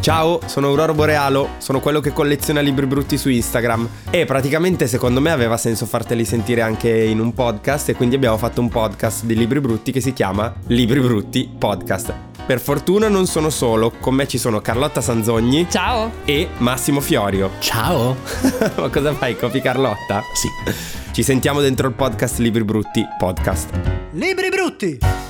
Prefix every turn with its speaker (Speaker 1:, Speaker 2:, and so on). Speaker 1: Ciao, sono Aurora Borealo, sono quello che colleziona libri brutti su Instagram e praticamente secondo me aveva senso farteli sentire anche in un podcast e quindi abbiamo fatto un podcast di libri brutti che si chiama Libri Brutti Podcast. Per fortuna non sono solo, con me ci sono Carlotta Sanzogni
Speaker 2: Ciao!
Speaker 1: e Massimo Fiorio.
Speaker 3: Ciao!
Speaker 1: Ma cosa fai, copi Carlotta?
Speaker 3: Sì.
Speaker 1: Ci sentiamo dentro il podcast Libri Brutti Podcast.
Speaker 4: Libri brutti!